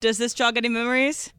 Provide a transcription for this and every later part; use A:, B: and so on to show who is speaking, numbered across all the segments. A: Does this jog any memories?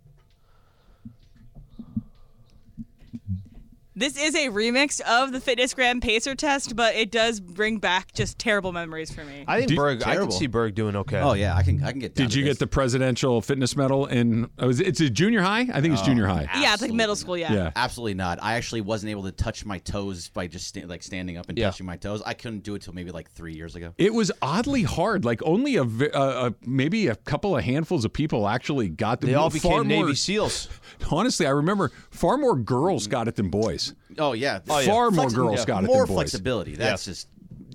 A: This is a remix of the Fitnessgram Pacer test, but it does bring back just terrible memories for me.
B: I think
C: Dude,
B: Berg. I can
C: terrible.
B: see Berg doing okay.
C: Oh yeah, I can I can get. Down
D: Did
C: to
D: you
C: this.
D: get the presidential fitness medal in? Oh, is it, it's a junior high. I think it's junior
B: Oh.
D: high.
A: yeah, it's like middle
C: absolutely.
A: school. Yeah.
D: Yeah.
C: Absolutely not. I actually wasn't able to touch my toes by just sta- like standing up and
B: Yeah.
C: touching my toes. I couldn't do it till maybe like three years ago.
D: It was oddly hard. Like only a, ve- uh, uh, maybe a couple of handfuls of people actually got. the-
B: They all
D: far
B: became Navy
D: more-
B: SEALs.
D: Honestly, I remember far more girls got it than boys.
C: Oh yeah,
D: Far more girls
C: yeah.
D: got it
C: More
D: than boys.
C: flexibility. That's just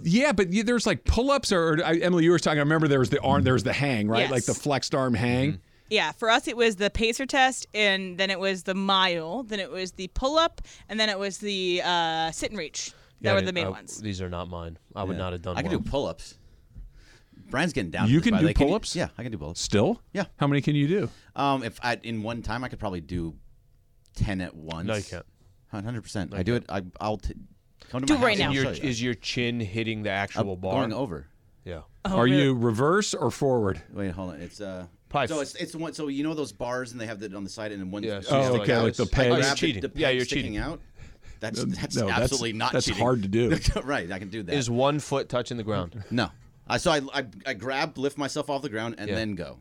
D: Yeah, but you- there's like pull-ups, or, or I, Emily, you were talking. I remember there was the arm, there was the hang, right?
A: Yes.
D: Like the flexed arm
B: Mm-hmm.
D: hang.
A: Yeah, for us it was the pacer test, and then it was the mile, then it was the pull up, and then it was the uh, sit and reach. That
B: Yeah, I uh,
A: were
B: didn't-
A: the main
B: I-
A: ones.
B: These are not mine. I would not have done.
C: I can
B: well.
C: do pull-ups. Brian's getting down. to
D: You
C: this,
D: can
C: by the
D: do
C: way.
D: pull-ups?
C: Yeah, I can do pull-ups.
D: Still,
C: Yeah.
D: How many can you do?
C: Um, if I in one time, I could probably do ten at once.
B: No, you can't.
C: Hundred percent. I do it. I, I'll t- come to
A: Do
C: my
A: it right
C: house and
A: now.
C: I'll
B: Your,
C: show you.
B: is your chin hitting the actual
C: I'm
B: bar?
C: going over.
B: yeah.
A: Oh,
D: Are you reverse or forward?
C: Wait, hold on. It's uh.
B: Probably
C: so
B: f-
C: it's it's the one. So you know those bars, and they have it on the side, and then one.
B: Yeah,
C: it's
B: so
D: Oh,
C: sticking
D: okay,
C: out.
D: like the
C: I
D: peg.
C: grab
D: You're
C: the-
B: cheating.
C: the
B: Yeah,
C: peg
B: you're
C: sticking
B: cheating.
C: out. That's that's
D: no, that's-
C: absolutely not
D: that's
C: cheating.
D: hard to do.
C: right, I can do that.
B: Is one foot touching the ground?
C: no, I so I, I I grab, lift myself off the ground, and then go.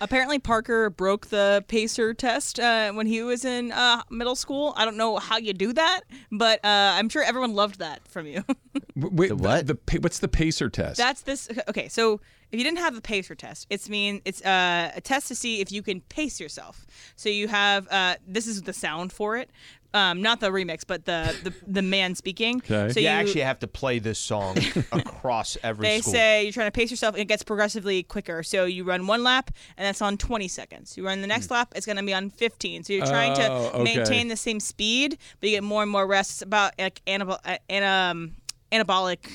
A: Apparently, Parker broke the pacer test uh, when he was in uh, middle school. I don't know how you do that, but uh, I'm sure everyone loved that from you.
D: W- Wait, the
C: what?
D: The, pa- what's the pacer test?
A: That's this. Okay, so if you didn't have the pacer test, it's mean it's uh, a test to see if you can pace yourself. So you have uh, this is the sound for it, um, not the remix, but the the, the man speaking.
D: Okay.
A: So
B: you
A: you
B: actually have to play this song across every
A: They
B: school.
A: say you're trying to pace yourself, and it gets progressively quicker. So you run one lap, and that's on 20 seconds. You run the next lap, it's going to be on 15. So you're trying to
D: Oh, okay.
A: maintain the same speed, but you get more and more rest. It's about like anabol- uh, ana- um, anabolic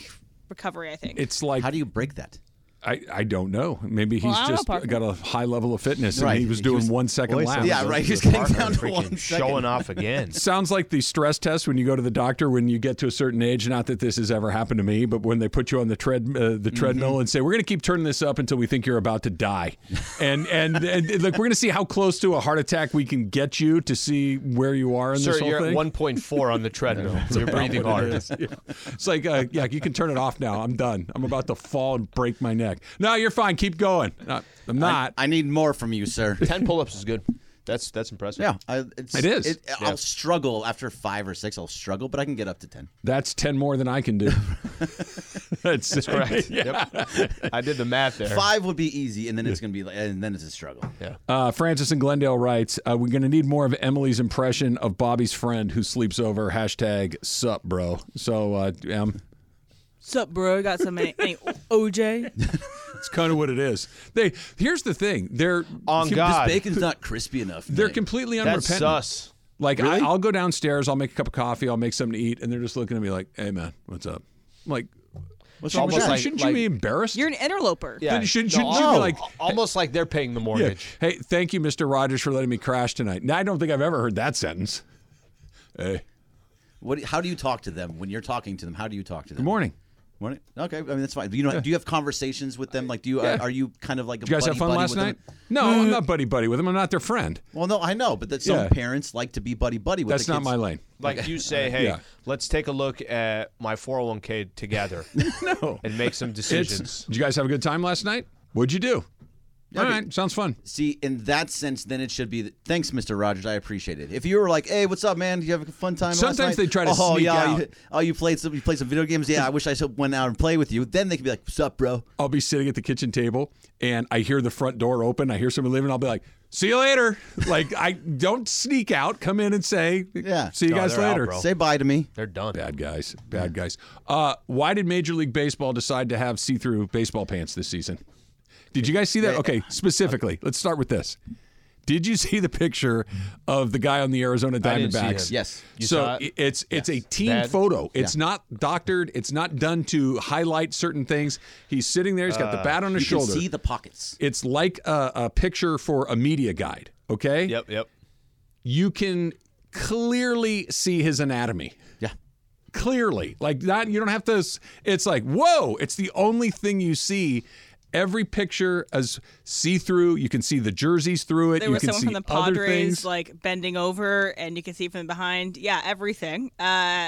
A: recovery, I think.
D: It's like
C: How do you break that?
D: I, I don't know. Maybe he's
A: Well, I don't know,
D: just
A: Parker.
D: got a high level of fitness
C: Right.
D: and he was
C: He
D: doing
C: was-
D: one second
E: Boy,
D: laps.
E: sounds-
C: Yeah, right. He's
B: The
C: getting
B: partner
C: down to
B: freaking
C: one second.
B: showing off again.
D: Sounds like the stress test when you go to the doctor when you get to a certain age. Not that this has ever happened to me, but when they put you on the tread uh, the treadmill and say we're going to keep turning this up until we think you're about to die, and and, and look, we're going to see how close to a heart attack we can get you to see where you are in
B: Sir,
D: this whole
B: you're
D: thing.
B: at 1.4 on the treadmill. you're breathing
D: What
B: hard.
D: it is. Yeah. It's like, uh, yeah, you can turn it off now. I'm done. I'm about to fall and break my neck. No, you're fine. Keep going. No, I'm not.
C: I need more from you, sir.
B: Ten pull-ups is good. That's that's impressive.
C: Yeah, I, it's,
D: It is.
C: I'll struggle after five or six. I'll struggle, but I can get up to ten.
D: That's 10 more than I can do. That's,
B: Correct.
D: Yeah.
B: Yep. I did the math there.
C: Five would be easy, and then it's gonna be, like, and then it's a struggle.
B: Yeah.
D: Uh, Francis in Glendale writes, uh, we're going to need more of Emily's impression of Bobby's friend who sleeps over. Hashtag sup, bro. So, uh, Em,
A: Sup, bro? Got some any, any OJ?
D: it's kind of what it is. They Here's the thing. They're,
B: On
D: this
B: God.
D: ba-
C: Bacon's not crispy enough.
D: they're
C: mate.
D: completely
B: That's
D: unrepentant.
B: sus.
D: Like I, I'll go downstairs, I'll make a cup of coffee, I'll make something to eat, and they're just looking at me like, "Hey man, what's up?" I'm like,
B: It's
D: shouldn't,
B: almost
D: you-
B: like-
D: shouldn't
B: like-
D: you be embarrassed?
A: You're an interloper.
B: Yeah.
D: Then shouldn't- shouldn't you be
B: no, oh,
D: like-
B: almost like they're paying the
D: Yeah.
B: mortgage?
D: Hey, thank you, Mr. Rogers, for letting me crash tonight. Now I don't think I've ever heard that sentence. Hey,
C: What? How do you talk to them when you're talking to them? How do you talk to them?
D: good morning.
C: Morning. Okay, I mean that's fine. Do you know? Do you have conversations with them? Like, do you are, are you kind of like?
D: Did you guys have fun last night? No, I'm not buddy buddy with them. I'm not their friend.
C: Well, no, I know, but that some
D: Yeah.
C: parents like to be buddy buddy with.
D: That's
C: the
D: not
C: kids.
D: my lane.
B: Like you say, hey,
D: Yeah.
B: let's take a look at my 401k together
D: No.
B: and make some
D: It's,
B: decisions.
D: did you guys have a good time last night? What'd you do? All right, sounds fun.
C: See, in that sense, then it should be. th- Thanks, Mr. Rogers. I appreciate it. If you were like, "Hey, what's up, man? Did you have a fun time?" last
D: Sometimes
C: night?
D: they try to
C: oh,
D: sneak
C: yeah,
D: out.
C: You, oh, you played some. You played some video games. Yeah, I wish I should went out and play with you. Then they could be like, "What's up, bro?"
D: I'll be sitting at the kitchen table and I hear the front door open. I hear someone leaving. I'll be like, see you later. like, I don't sneak out. Come in and say,
C: Yeah.
D: see you
B: No,
D: guys
B: they're out,
D: later.
B: bro.
C: Say bye to me.
B: They're done.
D: Bad guys. Bad guys. Uh, why did Major League Baseball decide to have see through baseball pants this season? Did you guys see that? Okay, specifically, let's start with this. Did you see the picture of the guy on the Arizona
B: I didn't see
D: Diamondbacks?
B: him.
C: Yes.
B: You
D: so
B: saw it?
D: i- it's it's a team
B: Bad?
D: photo. It's not doctored. It's not done to highlight certain things. He's sitting there. He's got
B: Uh,
D: the bat on his
C: You
D: shoulder.
C: can see the pockets.
D: It's like a, a picture for a media guide. Okay.
B: Yep, yep.
D: You can clearly see his anatomy.
C: Yeah.
D: Clearly, like not. You don't have to. s- It's like whoa. It's the only thing you see. every picture as see through. You can see the jerseys through it.
A: There
D: you
A: was
D: can
A: someone
D: see
A: from the
D: other
A: Padres
D: things.
A: like bending over, and you can see from behind. Yeah, everything. Uh,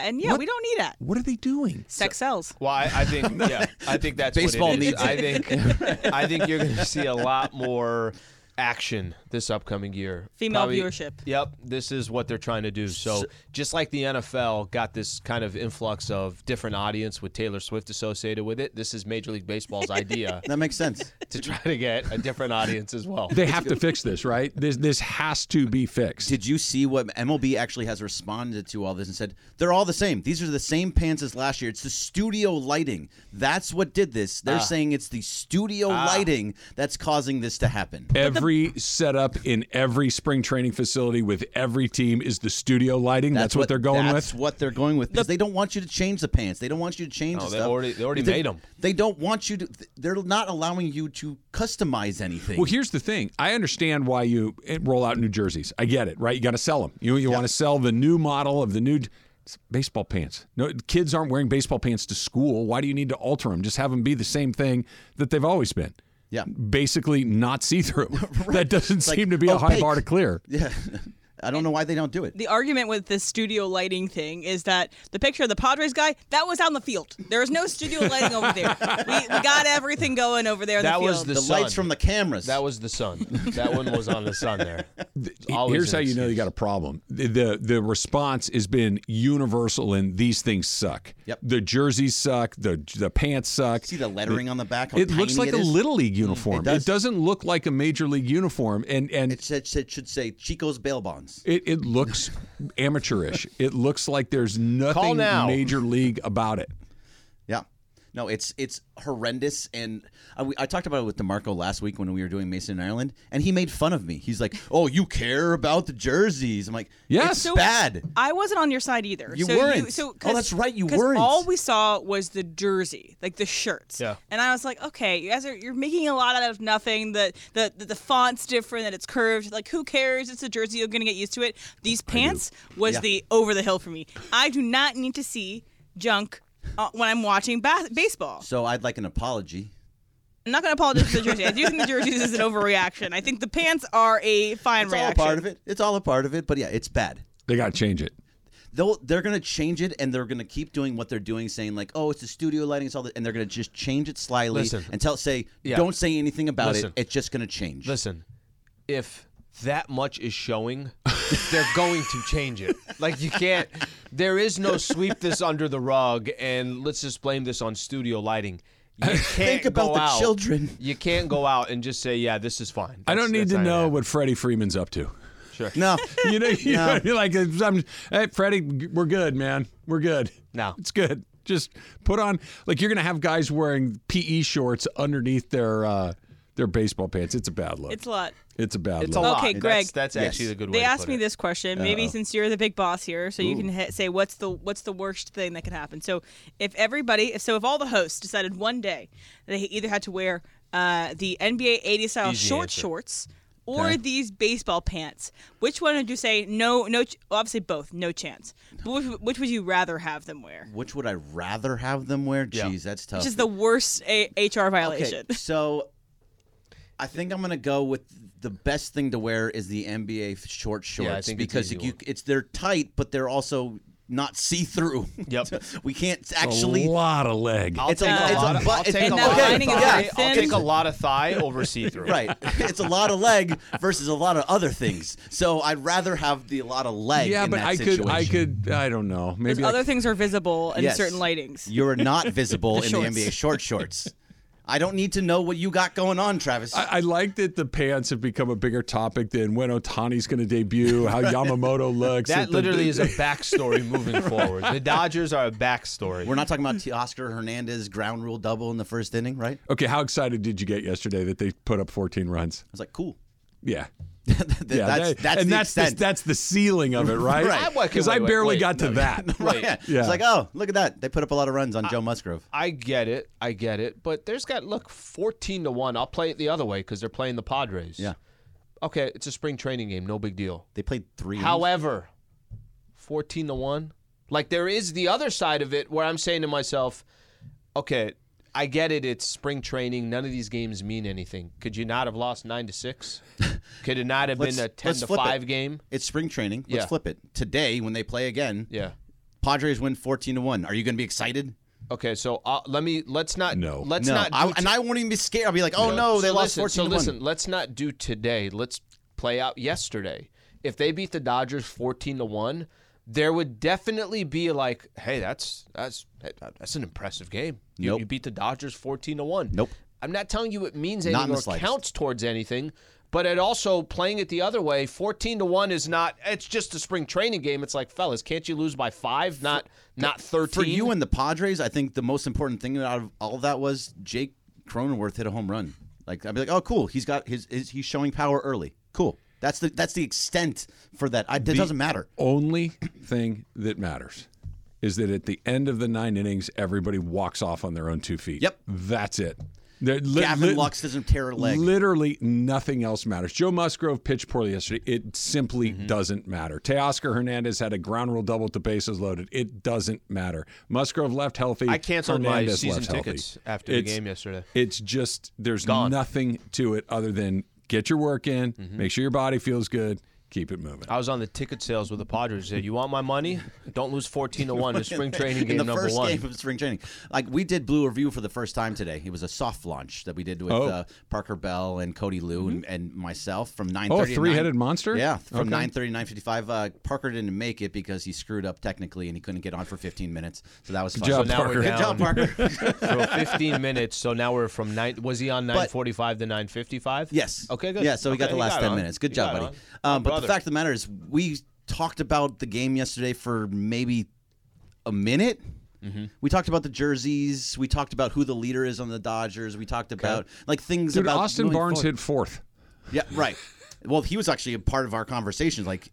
A: and yeah,
D: What-
A: we don't need that.
D: what are they doing?
A: Sex sells.
B: Well, I, I think yeah, I think that's
C: Baseball
B: what it is.
C: needs
B: I think I think you're going to see a lot more action this upcoming year.
A: Female viewership.
B: Yep, this is what they're trying to do. So, just like the NFL got this kind of influx of different audience with Taylor Swift associated with it, this is Major League Baseball's idea
C: That makes sense.
B: to try to get a different audience as well.
D: They have to fix this, right? This this has to be fixed.
C: Did you see what MLB actually has responded to all this and said they're all the same? These are the same pants as last year. It's the studio lighting. That's what did this. They're saying it's the studio lighting that's causing this to happen.
D: Every setup in every spring training facility with every team is the studio lighting. That's, what, they're going
C: That's
D: with.
C: what they're going with because they don't want you to change the pants. They don't want you to change.
B: No,
C: the
B: they
C: stuff.
B: already- they already made 'em.
C: They don't want you to. They're not allowing you to customize anything.
D: Well, here's the thing. I understand why you eh, roll out new jerseys. I get it, right? You got to sell them. You you want to sell the new model of the new it's baseball pants. No, kids aren't wearing baseball pants to school. Why do you need to alter them? Just have them be the same thing that they've always been.
C: Yeah.
D: Basically, not see through. That doesn't
C: like
D: seem to be a high
C: opaque.
D: bar to clear.
C: yeah, I don't know why they don't do it.
A: The argument with this studio lighting thing is that the picture of the Padres guy that was on the field. There was no studio lighting over there. We, we got everything going over there. In
B: That
A: the
B: was
A: field.
B: the
C: The
B: sun.
C: lights from the cameras.
B: that was the sun. That one was on the sun there. Always
D: Here's
B: an
D: how you know
B: excuse.
D: you got a problem. The, the the response has been universal in these things suck.
C: Yep.
D: The jerseys suck. The the pants suck.
C: see the lettering on the back. How
D: It looks
C: tiny
D: like
C: it
D: a
C: is?
D: little
B: Mm,
D: league uniform. It,
C: does.
D: does. not look like a major league uniform, and and
C: It should, should, should say Chico's bail bonds.
D: it, it looks amateurish. It looks like there's
B: Call
D: nothing
B: now.
D: major league about it.
C: Yeah. No, it's it's horrendous, and I, we, I talked about it with Demarco last week when we were doing Mason in Ireland, and he made fun of me. He's like, "Oh, you care about the jerseys?" I'm like,
D: Yes.
C: it's
D: So-
C: bad."
A: I wasn't on your side either.
C: You
A: so You,
C: weren't.
A: so,
C: Oh,
A: 'cause-
C: that's right, you
A: 'cause
C: weren't.
A: All we saw was the jersey, like the shirts.
B: Yeah.
A: And I was like, okay, you guys are you're making a lot out of nothing. The the the, the font's different, that it's curved. Like who cares? It's a jersey. You're gonna get used to it. These pants was
C: Yeah.
A: the over the hill for me. I do not need to see junk. Uh, when I'm watching ba- baseball,
C: So I'd like an apology.
A: I'm not going to apologize for the jersey. I do think the jerseys is an overreaction. I think the pants are a fine
C: It's all a
A: reaction.
C: part of it. It's all a part of it, but yeah, it's bad.
D: They got to change it.
C: They'll they're gonna change it, and they're gonna keep doing what they're doing, saying like, "Oh, it's the studio lighting, it's all that," and they're gonna just change it slyly
B: Listen.
C: and tell say,
B: Yeah.
C: "Don't say anything about
B: Listen.
C: it. It's just gonna change."
B: Listen, if that much is showing, they're going to change it. Like you can't. There is no sweep this under the rug and let's just blame this on studio lighting. You can't
C: Think about
B: go
C: the
B: out-
C: children.
B: You can't go out and just say, "Yeah, this is fine."
D: I
B: That's-
D: don't need
B: that's
D: to
B: not gonna
D: know
B: happen.
D: what Freddie Freeman's up to.
C: No,
D: You know, you know, you're like, I'm, hey, Freddie, we're good, man. We're good.
B: No.
D: it's good. Just put on like you're gonna have guys wearing PE shorts underneath their uh, their baseball pants. It's a bad look.
A: It's
D: It's,
A: a lot.
D: a bad
B: It's a
D: look.
B: lot.
A: Okay, Greg.
B: That's, that's
C: Yes.
B: actually the good way.
A: They
B: to
A: asked
B: put
A: me
B: it.
A: this question. Maybe since you're the big boss here, so you can hit, say what's the what's the worst thing that could happen. So if everybody, if- so if all the hosts decided one day they either had to wear uh, the NBA 80 style
B: Easy
A: short
B: answer.
A: shorts or these baseball pants, which one would you say no? No, ch- well, obviously both, no chance. But which, which would you rather have them wear?
C: which would I rather have them wear?
B: Yeah.
C: Jeez, that's tough.
A: Which is the worst a- HR
C: Okay,
A: violation?
C: so I think I'm gonna go with the best thing to wear is the NBA short shorts
B: I think it's
C: because
B: easy
C: you,
B: one.
C: it's they're tight, but they're also not see through.
B: Yep.
C: we can't
D: a
C: actually.
D: lot of leg.
B: I'll
C: It's a-
B: take
C: it's
B: a
C: a
B: lot. of-
C: butt-
B: I'll take
C: and
B: a
C: that
B: lot of
A: lining is
B: thigh-
A: very thin.
B: I'll take a lot of thigh over see-through.
C: Right, it's a lot of leg versus a lot of other things. So I'd rather have the lot of leg.
D: yeah,
C: in
D: but
C: that
D: I could, I
C: situation.
D: could, I don't know. Maybe I
A: Other things are visible in
C: Yes.
A: certain lightings.
C: You're not visible in
A: shorts.
C: the NBA short shorts. I don't need to know what you got going on, Travis.
D: I, I like that the pants have become a bigger topic than when Otani's going to debut, how Yamamoto looks.
B: That
D: the-
B: literally is a backstory moving forward. The Dodgers are a backstory.
C: We're not talking about Oscar Hernandez ground rule double in the first inning, right? I
D: Okay, how excited did you get yesterday that they put up 14 runs?
C: was like, cool.
D: Yeah.
C: That-
D: Yeah,
C: that's,
D: that-
C: that's
D: and
C: the
D: that's the,
C: extent.
D: that's the ceiling of it, right?
C: Right.
B: Wait,
D: Because I
B: wait, wait,
D: barely
B: wait.
D: got to
B: No.
D: that.
B: Right.
C: yeah.
D: Yeah.
C: It's like, oh, look at that. They put up a lot of runs on Joe Musgrove.
B: I get it. I get it. But there's got look 14 to 1. I'll play it the other way cuz they're playing the Padres.
C: Yeah.
B: Okay, it's a spring training game, no big deal.
C: They played three. innings.
B: However, 14 to 1. Like there is the other side of it where I'm saying to myself, okay, I get it. It's spring training. None of these games mean anything. Could you not have lost nine to six? Could it not have been a ten
C: let's
B: to
C: flip it.
B: five game?
C: It's spring training. Let's
B: Yeah.
C: flip it. Today, when they play again,
B: Yeah.
C: Padres win 14 to 1. Are you going to be excited?
B: Okay, so uh, let me let's not
D: No.
B: let's
C: no.
B: not do
C: I, and I won't even be scared. I'll be like, oh no, they
B: so
C: lost
B: listen,
C: 14
B: So
C: to
B: listen,
C: 1.
B: let's not do today. Let's play out yesterday. If they beat the Dodgers fourteen to one, there would definitely be like, hey, that's that's that's an impressive game. You,
C: Nope.
B: you beat the Dodgers fourteen to one.
C: Nope.
B: I'm not telling you it means
C: Not in
B: anything
C: the
B: or
C: slightest.
B: counts towards anything. But it also playing it the other way, fourteen to one is not. It's just a spring training game. It's like, fellas, can't you lose by five? Not, not thirteen.
C: For you and the Padres, I think the most important thing out of all of that was Jake Cronenworth hit a home run. Like I'd be like, oh cool, he's got his, his he's showing power early. Cool. That's the that's the extent for that. I, it doesn't matter.
D: only thing that matters is that at the end of the nine innings, everybody walks off on their own two feet.
C: Yep.
D: That's it. They're li-
C: Gavin
D: li-
C: Lux doesn't tear a leg.
D: Literally nothing else matters. Joe Musgrove pitched poorly yesterday. It simply
C: Mm-hmm.
D: doesn't matter. Teoscar Hernandez had a ground rule double with the bases loaded. It doesn't matter. Musgrove left healthy.
B: I canceled my
D: Hernandez
B: season
D: left healthy.
B: tickets after the
D: It's-
B: game yesterday.
D: It's just there's
B: Gone.
D: nothing to it other than get your work in,
C: Mm-hmm.
D: make sure your body feels good, keep it
C: Uh,
D: moving.
B: I was on the ticket sales with the Padres. Said, "You want my money? Don't lose fourteen to one in spring training game
C: in the
B: number
C: first
B: one."
C: game of spring training. Like we did Blue Review for the first time today. It was a soft launch that we did with
D: Oh.
C: uh, Parker Bell and Cody Lou and, and myself from nine
D: Oh,
C: thirty.
D: a three-headed monster?
C: Yeah, from
D: Okay.
C: nine thirty nine fifty five. Uh, Parker didn't make it because he screwed up technically and he couldn't get on for fifteen minutes. So that was fun.
D: job,
C: So now
D: Parker.
C: we're Good
B: down.
C: job, Parker.
B: for fifteen minutes. So now we're from nine. Was he on nine forty-five to nine fifty-five?
C: Yes.
B: Okay. Good.
C: Yeah, so we got
B: Okay,
C: the
B: you
C: last ten
B: on.
C: minutes. Good
B: You
C: job,
B: got
C: buddy.
B: on.
C: Um, but the
B: brother.
C: fact of the matter is, we talked about the game yesterday for maybe a minute.
B: Mm-hmm.
C: We talked about the jerseys. We talked about who the leader is on the Dodgers. We talked about like things
D: Dude,
C: about
D: Austin
C: moving
D: Barnes
C: forward.
D: hit fourth.
C: Yeah, right. Well, he was actually a part of our conversation. Like,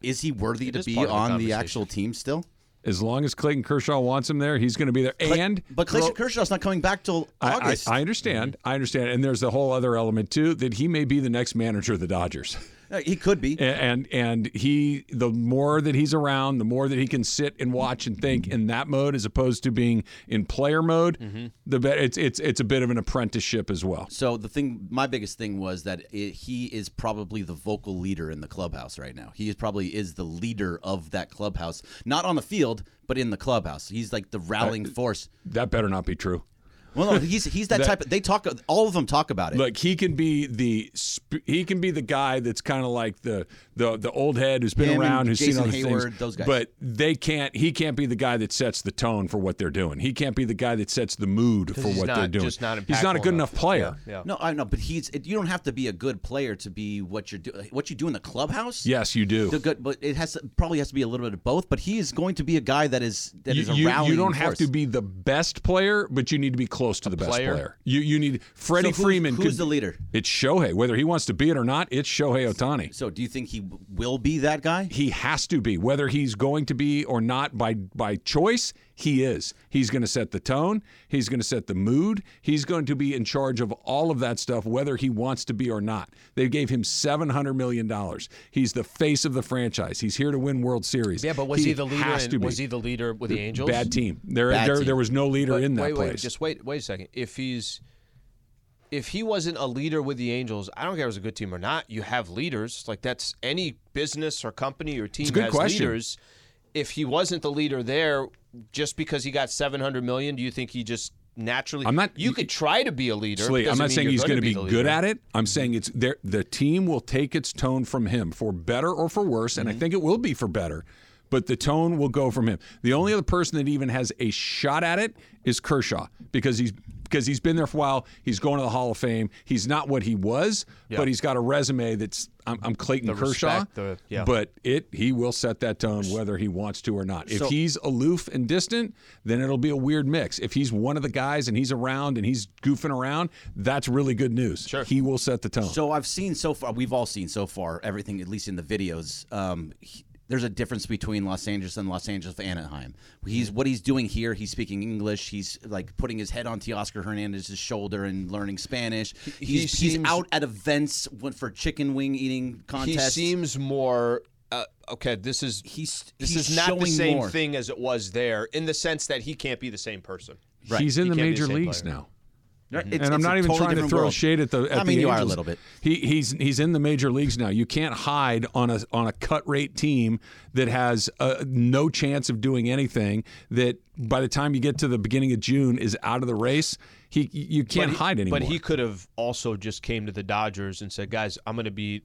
C: is he worthy to
B: is
C: be
B: part of the
C: on the
B: conversation.
C: actual team still?
D: As long as Clayton Kershaw wants him there, he's going to be there. and
C: But Clayton Kershaw's not coming back till
D: I, I,
C: August.
D: I understand. I understand. And there's the whole other element too that he may be the next manager of the Dodgers.
C: Uh, he could be.
D: And and he the more that he's around, the more that he can sit and watch and think in that mode as opposed to being in player mode, the better it's it's it's a bit of an apprenticeship as well.
C: So the thing, my biggest thing was that it, he is probably the vocal leader in the clubhouse right now. He is probably is the leader of that clubhouse, not on the field, but in the clubhouse. He's like the rallying force.
D: That better not be true.
C: Well, no, he's he's that, type. Of, they talk. All of them talk about it.
D: Look, he can be the sp- he can be the guy that's kind of like the the the old head who's been
C: Him and
D: around, who's seen
C: Jason
D: all the
C: Hayward,
D: things.
C: those guys.
D: But they can't. He can't be the guy that sets the tone for what they're doing. He can't be the guy that sets the mood for
B: he's
D: what
B: not-
D: they're doing.
B: just not
D: he's not a
B: impactful
D: good
B: enough.
D: enough player.
B: Yeah.
C: no, I know, but he's. It, you don't have to be a good player to be what you're doing. What you do in the clubhouse.
D: Yes, you do.
C: The good, but it has to, probably has to be a little bit of both. But he is going to be a guy that is that
D: you,
C: is a
D: you- you
C: rallying
D: don't have
C: force.
D: to be the best player, but you need to be close to the best
B: player?
D: player. You you need Freddie
C: So who's-
D: Freeman.
C: Who's
D: could-
C: the leader?
D: It's Shohei. Whether he wants to be it or not, it's Shohei Otani.
C: So do you think he w- will be that guy?
D: he has to be whether he's going to be or not by by choice he is he's going to set the tone he's going to set the mood he's going to be in charge of all of that stuff whether he wants to be or not they gave him 700 million dollars he's the face of the franchise he's here to win world series
B: Yeah, but was he, the leader?
D: has to
B: In,
D: be.
B: was he the leader with the Angels?
D: bad team there
C: Bad
D: there,
C: team.
D: there was no leader
B: But
D: in that
B: wait,
D: place
B: wait, just wait, wait a second. If he's, if he wasn't a leader with the Angels, I don't care if it was a good team or not. You have leaders like that's any business or company or team
D: a good
B: has
D: question.
B: leaders. If he wasn't the leader there, just because he got seven hundred million, do you think he just naturally?
D: I'm not-
B: You could try to be a leader.
D: Slee, I'm
B: Doesn't
D: not
B: mean
D: saying
B: you're
D: he's
B: gonna
D: going to be,
B: the
D: good
B: leader.
D: at it. I'm saying it's there. The team will take its tone from him for better or for worse, and
B: Mm-hmm.
D: I think it will be for better. But the tone will go from him. The only other person that even has a shot at it is Kershaw because he's because he's been there for a while. He's going to the Hall of Fame. He's not what he was, but he's got a resume that's I'm, I'm Clayton Kershaw.
B: respect, the- yeah.
D: But it he will set that tone whether he wants to or not. If he's aloof and distant, then it'll be a weird mix. If he's one of the guys and he's around and he's goofing around, that's really good news. Sure. He will set the tone.
C: So I've seen so far. We've all seen so far everything, at least in the videos. Um, he- there's a difference between Los Angeles and Los Angeles Anaheim. He's
B: Mm-hmm.
C: what he's doing here. He's speaking English. He's like putting his head on Teoscar Hernandez's shoulder and learning Spanish. He's, he's
B: seems-
C: out at events when- for chicken wing eating
B: He
C: contests.
B: seems more. Uh, okay, this is
C: He's-
B: this
C: he's
B: is not the
C: showing
B: same
C: more.
B: thing as it was there in the sense that he can't be the same person.
C: Right.
D: He's in
B: He
D: the
B: can't be
D: major
B: the same
D: leagues
B: player.
D: now.
C: Right.
B: Mm-hmm.
C: It's-
D: and I'm
C: it's a
D: not even
C: totally
D: trying to
C: different
D: throw
C: world.
D: shade at the. At
C: I mean,
D: the
C: you are a
D: Angels.
C: little bit.
D: He, he's he's in the major leagues now. You can't hide on a on a cut rate team that has uh, no chance of doing anything. That by the time you get to the beginning of June is out of the race. He you can't hide anymore.
B: But he could have also just came to the Dodgers and said, "Guys, I'm going to be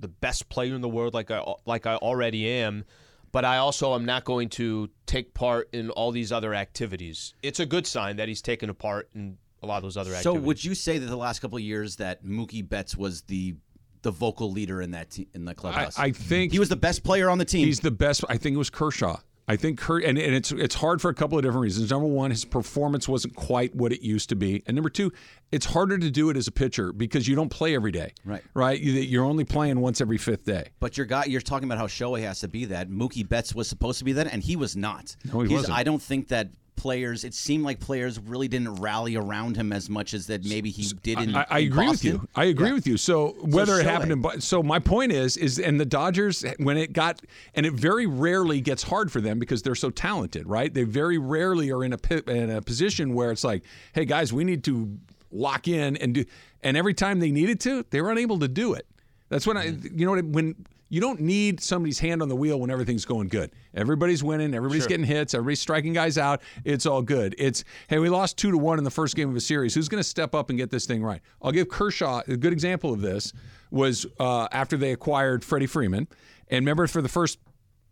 B: the best player in the world, like I like I already am." But I also am not going to take part in all these other activities. It's a good sign that he's taken a part in a lot of those other
C: So
B: activities.
C: would you say that the last couple of years that Mookie Betts was the the vocal leader in that te- in the
D: I,
C: clubhouse?
D: I think
C: he was the best player on the team.
D: He's the best. I think it was Kershaw. I think Kurt, and, and it's it's hard for a couple of different reasons. Number one, his performance wasn't quite what it used to be, and number two, it's harder to do it as a pitcher because you don't play every day,
C: Right.
D: Right? You- You're only playing once every fifth day.
C: But your guy, you're talking about how Shohei has to be that. Mookie Betts was supposed to be that, and he was not.
D: No, he
C: He's-
D: wasn't.
C: I don't think that players. It seemed like players really didn't rally around him as much as that maybe he did in.
D: I, I
C: in
D: agree with you.
C: Boston.
D: I agree with you. So whether it
C: Shohei.
D: happened in, Bo- so my point is, is and the Dodgers when it got, and it very rarely gets hard for them because they're so talented, right? They very rarely are in a pi- in a position where it's like, hey guys, we need to lock in and do, and every time they needed to, they were unable to do it. That's when I, you know, what I, when you don't need somebody's hand on the wheel when everything's going good. Everybody's winning, everybody's getting hits, everybody's striking guys out. It's all good. It's hey, we lost two to one in the first game of a series. Who's going to step up and get this thing right? I'll give Kershaw a good example of this. Was uh, after they acquired Freddie Freeman, and remember for the first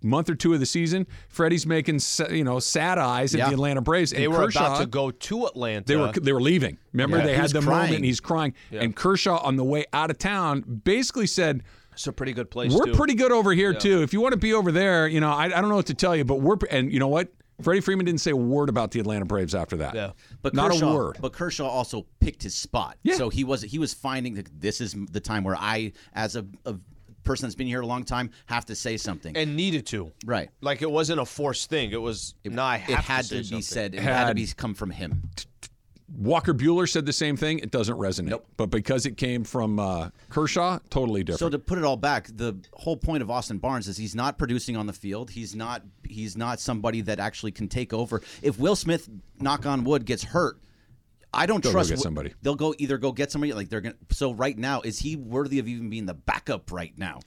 D: month or two of the season, Freddie's making sa- you know sad eyes at
C: Yeah.
D: the Atlanta Braves. And
B: they were
D: Kershaw,
B: about to go to Atlanta.
D: they were they were leaving. Remember,
C: Yeah.
D: they
C: He
D: had
C: was
D: the
C: crying.
D: moment. And he's crying, and Kershaw on the way out of town basically said,
B: it's a pretty good place.
D: we're
B: too.
D: pretty good over here too. If you want to be over there, you know, I, I don't know what to tell you, but we're and you know what? Freddie Freeman didn't say a word about the Atlanta Braves after that.
B: Yeah.
C: But
D: not
C: Kershaw,
D: a word.
C: But Kershaw also picked his spot.
D: Yeah.
C: So he was he was finding that this is the time where I, as a, a person that's been here a long time, have to say something.
B: and needed to.
C: right.
B: Like it wasn't a forced thing. It was no. I
C: It
B: have
C: had
B: to, say
C: to, be
B: something."
C: said. It had, to
D: Had-
C: be come from him.
D: Walker Bueller said the same thing. It doesn't resonate. But because it came from uh, Kershaw, totally different.
C: So to put it all back, the whole point of Austin Barnes is he's not producing on the field. He's not he's not somebody that actually can take over. If Will Smith, knock on wood, gets hurt, I don't
D: They'll go
C: trust
D: get
C: Wi-
D: somebody.
C: They'll go either go get somebody like they're gonna. So right now, is he worthy of even being the backup right now?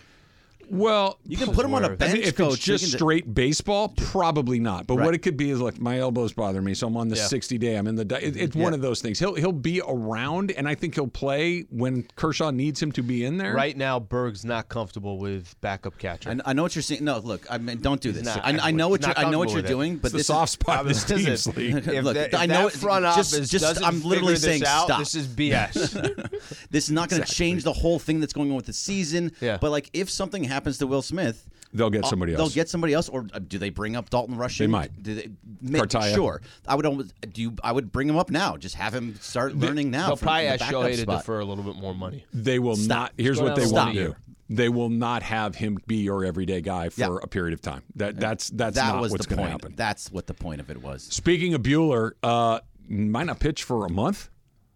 D: well,
C: You can put him on a bench
D: I mean, if
C: coach.
D: it's just
C: you can-
D: straight baseball, probably not. But what
C: Right.
D: it could be is like my elbows bother me, so I'm on the 60 day. I'm in the. Di- it, it's one of those things. He'll he'll be around, and I think he'll play when Kershaw needs him to be in there.
B: Right now, Berg's not comfortable with backup catcher.
C: I, I know what you're saying. No, look, I mean, don't do this.
B: not-
C: I, I know what
B: he's
C: you're,
B: not
C: I know what
B: comfortable
C: you're
B: with it.
C: doing, but
D: It's the
C: this
D: soft
C: is,
D: spot in this
B: Listen,
D: team's league.
B: If
C: Look,
B: that,
C: I
B: if
C: know
B: that
C: it-
B: front
C: just-
B: office
C: just-
B: doesn't
C: I'm literally
B: figure
C: saying
B: this out,
C: stop.
B: This is BS.
C: this is not going to change the whole thing that's going on with the season.
B: Yeah.
C: But like, if something happens to Will Smith,
D: They'll get
C: uh,
D: somebody
C: They'll
D: else.
C: get somebody else, or uh, do they bring up Dalton Rushing?
D: They might.
C: Do they, ma-
D: Cartaya.
C: Sure. I would. Almost, do you, I would bring him up now. Just have him start learning now.
B: They'll
C: from
B: probably
C: the
B: ask
C: backup
B: Shohei to
C: spot.
B: defer a little bit more money.
D: They will not. Here's
B: Go
D: what
B: down
D: they
B: to
D: won't
B: one
D: do.
B: year.
D: They will not have him be your everyday guy for
C: Yeah.
D: a period of time. That that's that's
C: That
D: not
C: was
D: what's
C: the
D: going to
C: point.
D: happen.
C: That's what the point of it was.
D: Speaking of Bueller, uh, might not pitch for a month.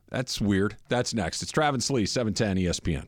D: That's weird. That's next. It's Travis Lee, E 710 ESPN.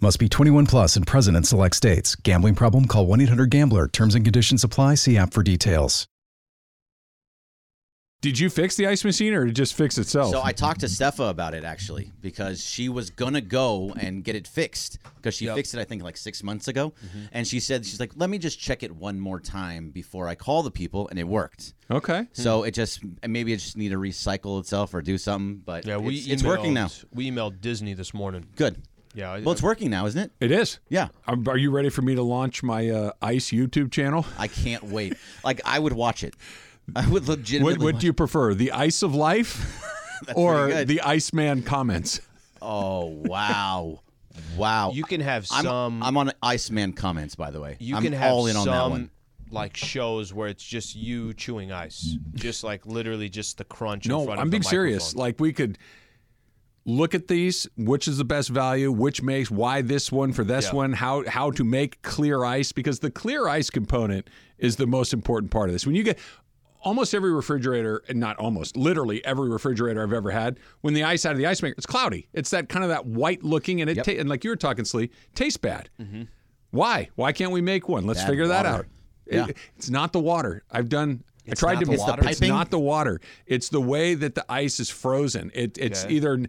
E: Must be 21 plus and present in select states. Gambling problem? Call 1 800 Gambler. Terms and conditions apply. See app for details.
D: Did you fix the ice machine or did it just fix itself?
C: So I talked to Stefa about it actually because she was gonna go and get it fixed because she fixed it I think like six months ago,
D: Mm-hmm.
C: and she said she's like, let me just check it one more time before I call the people, and it worked.
D: okay.
C: So
B: Hmm.
C: it just and maybe it just need to recycle itself or do something, but
B: Yeah, we
C: it's, it's working now.
B: emailed- We emailed Disney this morning.
C: Good.
B: Yeah, I-
C: Well, it's working now, isn't it?
D: It is.
C: Yeah.
D: Um, Are you ready for me to launch my uh, ice YouTube channel?
C: I can't wait. like I would watch it. I would legitimately.
D: What, what do you prefer, the ice of life or
C: pretty good.
D: the Iceman comments?
C: Oh wow, wow.
B: You can have
C: I'm,
B: some.
C: I'm on Iceman comments by the way.
B: you
C: I'm
B: can have
C: all in on
B: some
C: that one.
B: like shows where it's just you chewing ice, just like literally just the crunch. in
D: No,
B: front
D: I'm
B: of the
D: being serious.
B: microphone.
D: Like we could look at these, which is the best value, which makes why this one for this one, how how to make clear ice because the clear ice component is the most important part of this. When you get almost every refrigerator, and not almost, literally every refrigerator I've ever had, when the ice out of the ice maker, it's cloudy. It's that kind of that white looking and it ta- and like you were talking, Slee, tastes bad.
B: Mm-hmm.
D: Why? Why can't we make one? Let's
C: Bad
D: figure that
C: water.
D: out. It- it's not the water. I've done. I tried
B: not
D: to.
B: the It's the water?
D: It's
C: piping?
D: not the water. It's the way that the ice is frozen. It, it's either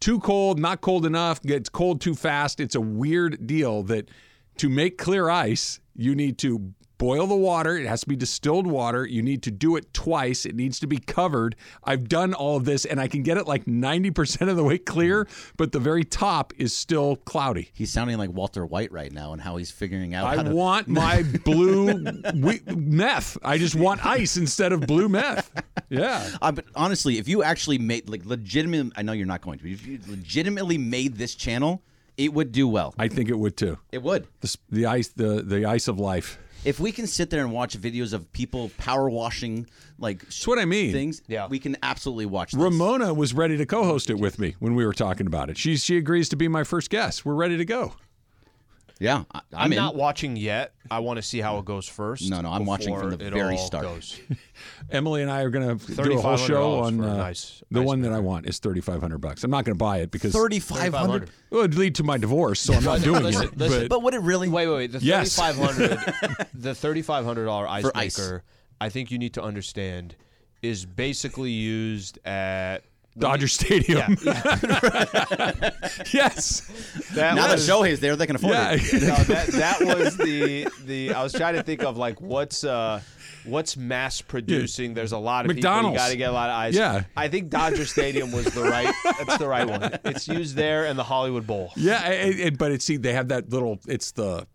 D: too cold, not cold enough, gets cold too fast. It's a weird deal that to make clear ice, you need to boil the water. It has to be distilled water. You need to do it twice. It needs to be covered. I've done all of this and I can get it like 90% of the way clear, but the very top is still cloudy.
C: He's sounding like Walter White right now and how he's figuring out how
D: I
C: to.
D: want my blue we- meth. I just want ice instead of blue meth. Yeah.
C: Uh, but honestly, if you actually made like legitimate, I know you're not going to, but if you legitimately made this channel, it would do well.
D: I think it would too.
C: it would.
D: The, s- the ice, the the ice of life.
C: If we can sit there and watch videos of people power washing like
D: That's what I mean.
C: things,
B: Yeah.
C: we can absolutely watch. This.
D: Ramona was ready to co-host it with me when we were talking about it. She she agrees to be my first guest. We're ready to go.
C: yeah, I, I'm,
B: I'm
C: in.
B: not watching yet. I want to see how it goes first.
C: No, no, I'm watching from
B: before
C: the
B: it
C: very
B: all
C: start.
B: goes.
D: Emily and I are going to do a whole show
B: $3,500
D: on
B: for
D: uh,
B: an ice-
D: the
B: ice
D: one that I want is thirty five hundred bucks. I'm not going to buy it because
C: Thirty five hundred.
D: it would lead to my divorce, so I'm not doing it. but
C: But would it really?
B: Wait, wait, wait. The
D: Yes.
B: thirty-five hundred, the thirty-five hundred dollar ice
C: For ice.
B: maker. I think you need to understand is basically used at
D: Dodger Stadium. yes.
B: that
C: now that
B: was-
C: Shohei's there, they can afford
D: Yeah.
C: it.
B: no, that that was the the. I was trying to think of like what's uh what's mass producing. There's a lot of people. You
D: McDonald's.
B: got to get a lot of ice.
D: Yeah.
B: I think Dodger Stadium was the right. That's the right one. It's used there and the Hollywood Bowl.
D: Yeah, I- I- it, but it's see they have that little. It's the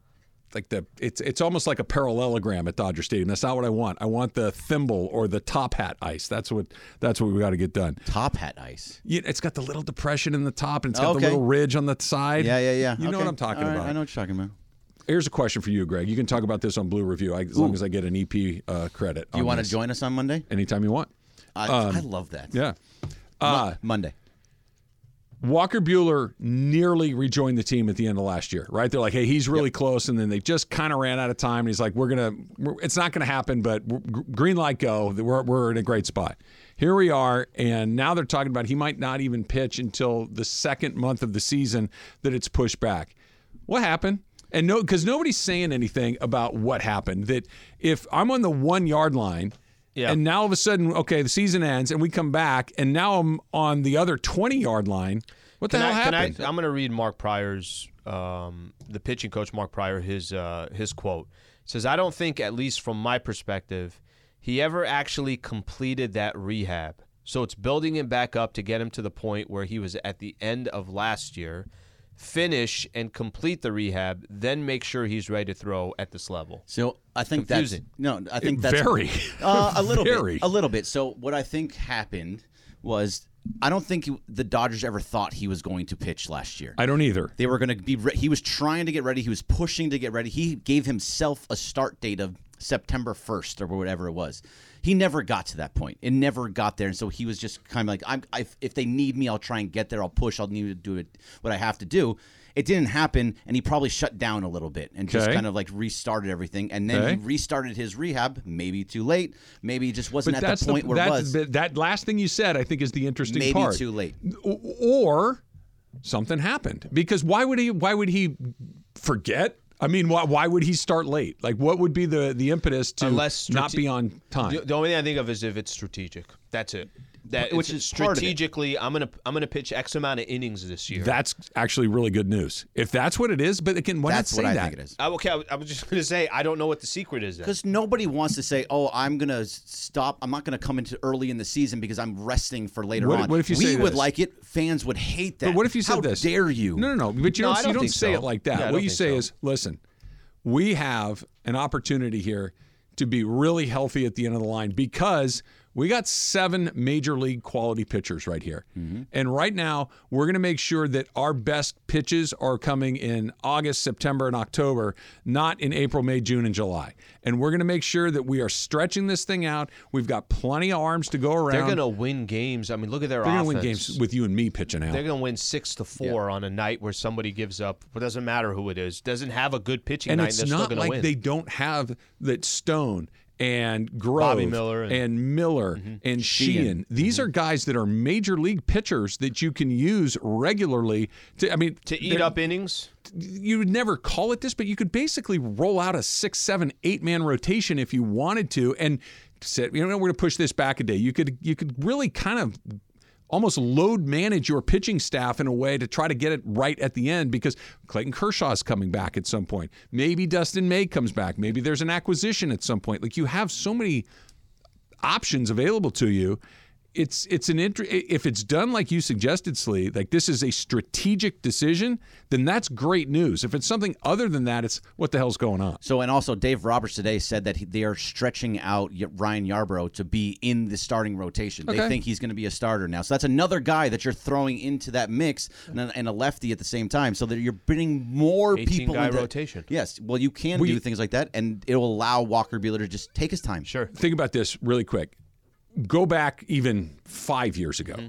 D: like the it's it's almost like a parallelogram at Dodger Stadium. That's not what I want. I want the thimble or the top hat ice. That's what that's what we got to get done.
C: Top hat ice.
D: Yeah, it's got the little depression in the top and it's got
C: Okay.
D: the little ridge on the side.
C: Yeah, yeah, yeah.
D: You know
C: Okay.
D: what I'm talking
C: All right,
D: about.
C: I know what you're talking about.
D: Here's a question for you, Greg. You can talk about this on Blue Review I, as long as I get an EP uh, credit.
C: Do you want to join us on Monday?
D: anytime you want?
C: I, I love that.
D: Um, Yeah.
C: Monday.
D: Walker Bueller nearly rejoined the team at the end of last year, right? They're like, hey, he's really close. And then they just kind of ran out of time. And he's like, we're going to, it's not going to happen, but we're- gr- green light go. We're, we're in a great spot. Here we are. And now they're talking about he might not even pitch until the second month of the season that it's pushed back. What happened? And no, because nobody's saying anything about what happened. That if I'm on the one yard line,
B: Yeah.
D: and now all of a sudden, okay, the season ends, and we come back, and now I'm on the other 20 yard line. What the
B: Can
D: hell
B: I, can I,
D: happened?
B: I'm going to read Mark Pryor's, um, the pitching coach Mark Pryor, his uh, his quote It says, "I don't think, at least from my perspective, he ever actually completed that rehab. So it's building him back up to get him to the point where he was at the end of last year." Finish and complete the rehab, then make sure he's ready to throw at this level.
C: So I think
B: Confusing.
C: that's no. I think that's
D: very.
C: uh, a little
D: Very.
C: bit, a little bit. So what I think happened was I don't think he, the Dodgers ever thought he was going to pitch last year.
D: I don't either.
C: they were going to be. Re- he was trying to get ready. He was pushing to get ready. He gave himself a start date of September first or whatever it was. He never got to that point. It never got there, and so he was just kind of like, "I'm. I, if they need me, I'll try and get there. I'll push. I'll need to do it. What I have to do." It didn't happen, and he probably shut down a little bit and just
D: Okay.
C: kind of like restarted everything, and then
D: Okay.
C: he restarted his rehab. Maybe too late. Maybe he just wasn't
D: But
C: at
D: that's
C: the point
D: the,
C: where it
D: that's
C: was.
D: the- that last thing you said, I think, is the interesting
C: Maybe
D: part.
C: too late.
D: O- or something happened because why would he? Why would he forget? I mean, why, why would he start late? Like, what would be the the impetus to
B: Unless strate-
D: not be on time?
B: The, the only thing I think of is if it's strategic. That's it. That which
C: Which
B: is
C: is part of it.
B: strategically, I'm gonna I'm gonna pitch X amount of innings this year.
D: That's actually really good news. If that's what it is, but again, why
C: That's
D: not say
C: what I
D: that?
C: think it is.
B: I, okay, I, was- I was just gonna say I don't know what the secret is. Then.
C: Because nobody wants to say, "Oh, I'm gonna s- stop. I'm not gonna come into early in the season because I'm resting for later
D: What-
C: on."
D: what if you
C: we
D: say
C: would
D: this?
C: like it? Fans would hate that.
D: But what if you said
C: How
D: this?
C: Dare you?
D: No, no, no. But you
B: No,
D: don't,
B: I don't
D: you don't
B: think
D: say
B: so.
D: it like that.
B: Yeah, I
D: what
B: don't
D: you
B: think
D: say
B: so.
D: is, listen, we have an opportunity here to be really healthy at the end of the line because we got seven major league quality pitchers right here.
C: Mm-hmm.
D: And right now, we're going to make sure that our best pitches are coming in August, September, and October, not in April, May, June, and July. And we're going to make sure that we are stretching this thing out. We've got plenty of arms to go around.
B: they're gonna win games. I mean, look at their
D: They're gonna
B: offense.
D: win games with you and me pitching out.
B: They're going to win six to four on a night where somebody gives up. It doesn't matter who it is. Doesn't have a good pitching
D: and
B: night.
D: it's
B: they're still
D: not
B: going
D: like
B: to win.
D: they don't have that Stone and Grove,
B: Bobby Miller and- Mm-hmm.
D: and, Miller and Sheehan. These are guys that are major league pitchers that you can use regularly. To I mean,
B: to eat
D: they're-
B: up innings.
D: you would never call it this, but you could basically roll out a six, seven, eight man rotation if you wanted to, and said, you know, we're going to push this back a day. You could you could really kind of almost load manage your pitching staff in a way to try to get it right at the end because Clayton Kershaw's coming back at some point. Maybe Dustin May comes back. Maybe there's an acquisition at some point. Like you have so many options available to you. It's it's an inter- if it's done like you suggested, Slee, like this is a strategic decision, then that's great news. If it's something other than that, it's what the hell's going on.
C: So, and also Dave Roberts today said that he, they are stretching out Y- Ryan Yarbrough to be in the starting rotation. They
D: Okay.
C: think he's going to be a starter now. So that's another guy that you're throwing into that mix and a, and a lefty at the same time. So that you're bringing more
B: 18
C: people
B: guy
C: into
B: rotation.
C: Yes. Well, you can do things like that, and it'll allow Walker Buehler to just take his time. Sure.
D: Think about this really quick. Go back even five years ago.
C: Mm-hmm.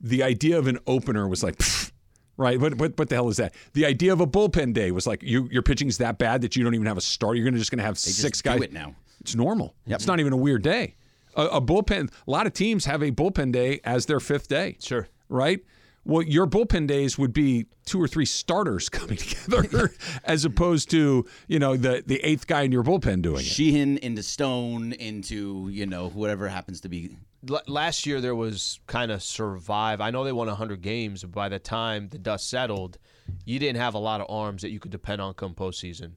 D: The idea of an opener was like, pfft, right? What, what what the hell is that? The idea of a bullpen day was like, you your pitching's that bad that you don't even have a starter. You're gonna just gonna have six
C: do
D: guys.
C: it now.
D: It's normal. It's not even a weird day. A, a bullpen. A lot of teams have a bullpen day as their fifth day.
B: Sure.
D: Right. Well, your bullpen days would be two or three starters coming together, as opposed to you know the the eighth guy in your bullpen doing it.
C: Sheehan into Stone into you know whatever happens to be.
B: L- last year there was kind of survive. I know they won 100 games, but by the time the dust settled, you didn't have a lot of arms that you could depend on come postseason.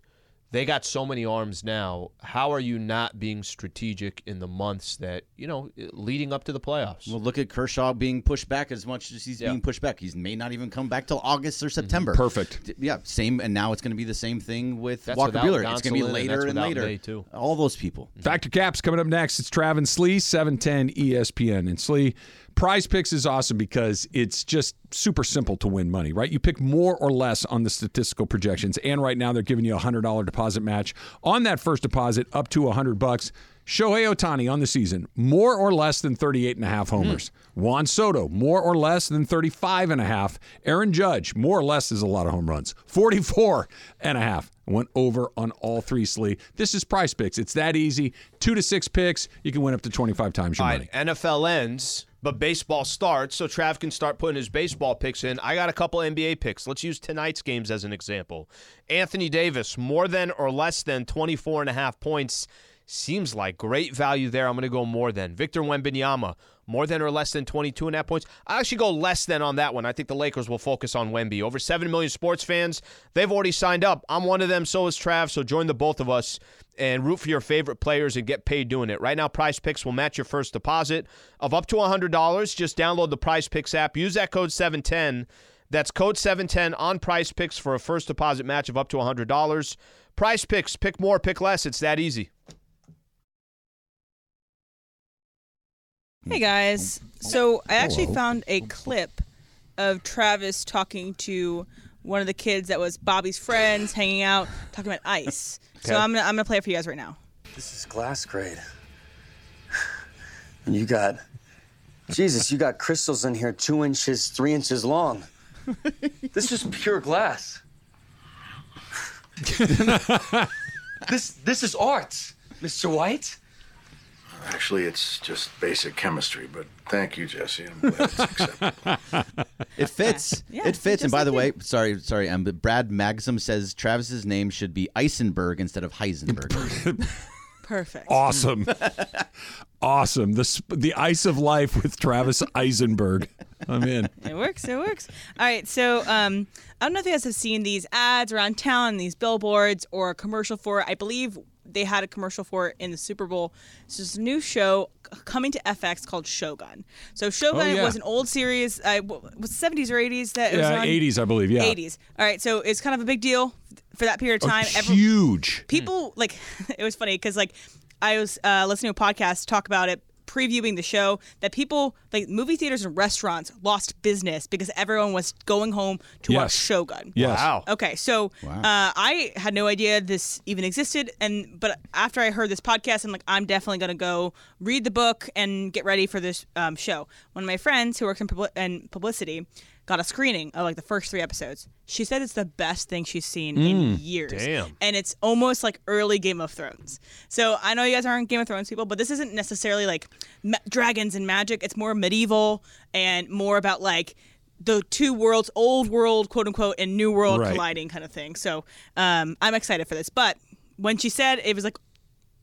B: They got so many arms now. How are you not being strategic in the months that you know leading up to the playoffs?
C: Well, look at Kershaw being pushed back as much as he's being pushed back. He may not even come back till August
B: Mm-hmm.
C: or September.
D: Perfect.
C: D- Yeah, same. And now it's going to be the same thing with
B: That's
C: Walker
B: without
C: Buehler. It's going to be
B: Gonsolin, and that's
C: later and
B: without
C: later.
B: May, too.
C: All those people.
D: Factor Caps coming up next. It's Travis Slee, E 710 ESPN. And Slee, prize picks is awesome because it's just super simple to win money, right? You pick more or less on the statistical projections. And right now they're giving you a $100 deposit match on that first deposit up to 100 bucks. Shohei Otani on the season, more or less than 38 and a half homers. Juan Soto, more or less than 35 and a half. Aaron Judge, more or less is a lot of home runs, 44 and a half. Went over on all three, Slee. This is price picks. It's that easy. Two to six picks. You can win up to 25 times your
B: All
D: money.
B: right, NFL ends, but baseball starts, so Trav can start putting his baseball picks in. I got a couple NBA picks. Let's use tonight's games as an example. Anthony Davis, more than or less than 24 and a half points. Seems like great value there. I'm going to go more than. Victor Wembanyama, more than or less than 22 and a half points. I actually go less than on that one. I think the Lakers will focus on Wemby. Over 7 million sports fans, they've already signed up. I'm one of them, so is Trav, so join the both of us and root for your favorite players and get paid doing it. Right now, Prize Picks will match your first deposit of up to $100. Just download the Prize Picks app, use that code 710. That's code 710 on Prize Picks for a first deposit match of up to $100. Prize Picks, pick more, pick less. It's that easy.
A: Hey guys. So I actually found a clip of Travis talking to one of the kids that was Bobby's friends, hanging out, talking about ice. So I'm gonna, I'm gonna play it for you guys right now.
F: This is glass grade. And you got, Jesus, you got crystals in here two inches, three inches long. This is pure glass. this this is art, Mr. White.
G: Actually, it's just basic chemistry, but thank you, Jesse. I'm glad it's accepted.
C: It fits.
A: Yeah,
C: it fits.
A: just
C: And by
A: like
C: the
A: you.
C: way, sorry, sorry, um, but Brad Maxim says Travis's name should be Eisenberg instead of Heisenberg.
A: Perfect.
D: Awesome. awesome. The, sp- the Ice of Life with Travis Eisenberg. I'm in.
A: It works. It works. All right. So um, I don't know if you guys have seen these ads around town, these billboards, or a commercial for it. I believe they had a commercial for it in the Super Bowl. It's this new show c- coming to FX called Shogun. So Shogun
D: Oh, yeah.
A: was an old series. Uh, w- was seventies or eighties that it was
D: Yeah,
A: on?
D: 80s, I believe. Yeah.
A: Eighties. All right. So it's kind of a big deal for that period of time. Every-
D: Huge.
A: people like it was funny because like i was uh, listening to a podcast talk about it previewing the show that people like movie theaters and restaurants lost business because everyone was going home to watch
D: Yes.
A: shogun
D: Yes.
A: Okay, so uh, I had no idea this even existed, and but after I heard this podcast, I'm like, I'm definitely gonna go read the book and get ready for this um, show. One of my friends who works in, publi- in publicity got a screening of like the first three episodes. She said it's the best thing she's seen in years,
B: damn.
A: and it's almost like early Game of Thrones. So I know you guys aren't Game of Thrones people, but this isn't necessarily like ma- dragons and magic. It's more medieval and more about like the two worlds, old world, quote unquote, and new world
D: Right.
A: colliding kind of thing. So um, I'm excited for this. But when she said it was like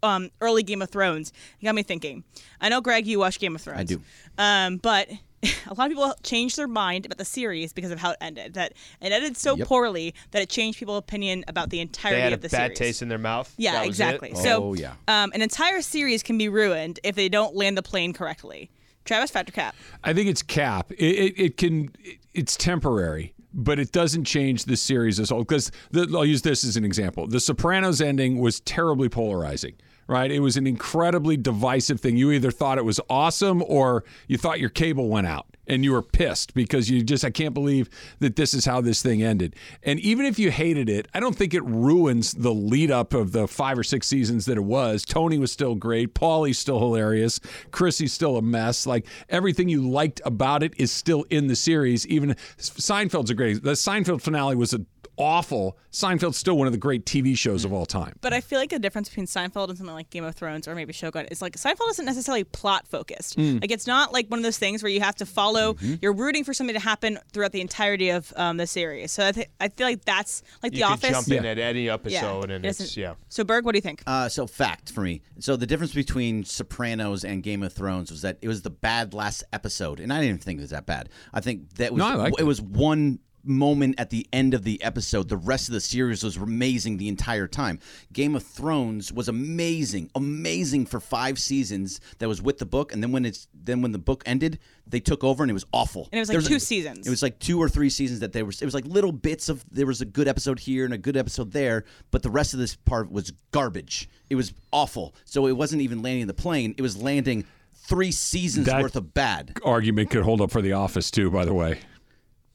A: um, early Game of Thrones, it got me thinking. I know, Greg, you watch Game of Thrones. I
C: do.
A: Um, but a lot of people changed their mind about the series because of how it ended. That it ended so poorly that it changed people's opinion about the entirety
B: They had a
A: of the
B: bad
A: series.
B: taste in their mouth. That
A: Yeah,
B: was it?
A: exactly. So,
C: Oh, yeah.
A: um, an entire series can be ruined if they don't land the plane correctly. Travis Factor Cap.
D: I think it's cap. It, it, it can. It, it's temporary, but it doesn't change the series as whole. Because I'll use this as an example. The Sopranos ending was terribly polarizing. Right, it was an incredibly divisive thing. You either thought it was awesome or you thought your cable went out and you were pissed because you just I can't believe that this is how this thing ended. And even if you hated it, I don't think it ruins the lead up of the five or six seasons that it was. Tony was still great, Paulie's still hilarious, Chrissy's still a mess. Like everything you liked about it is still in the series. Even Seinfeld's a great. The Seinfeld finale was a awful. Seinfeld's still one of the great TV shows of all time.
A: But I feel like the difference between Seinfeld and something like Game of Thrones or maybe Shogun is like Seinfeld isn't necessarily plot focused. Like it's not like one of those things where you have to follow. You're rooting for something to happen throughout the entirety of um, the series. So I, th- I feel like that's like
B: You
A: The
B: could
A: Office.
B: jump in at any
A: Yeah.
B: episode, and
A: It
B: it's
A: isn't-
B: yeah.
A: So Berg, what do you think?
C: Uh, so fact for me. So the difference between Sopranos and Game of Thrones was that it was the bad last episode, and I didn't even think it was that bad. I think that was
D: No, I liked
C: it
D: it.
C: was one moment at the end of the episode. The rest of the series was amazing the entire time. Game of Thrones was amazing, amazing for five seasons. That was with the book, and then when it's then when the book ended, they took over and it was awful.
A: And it was like
C: There
A: two seasons.
C: It was like two or three seasons that there was. It was like little bits of there was a good episode here and a good episode there, but the rest of this part was garbage. It was awful. So it wasn't even landing the plane. It was landing three seasons
D: That-
C: worth of bad.
D: Argument could hold up for The Office too. By the way,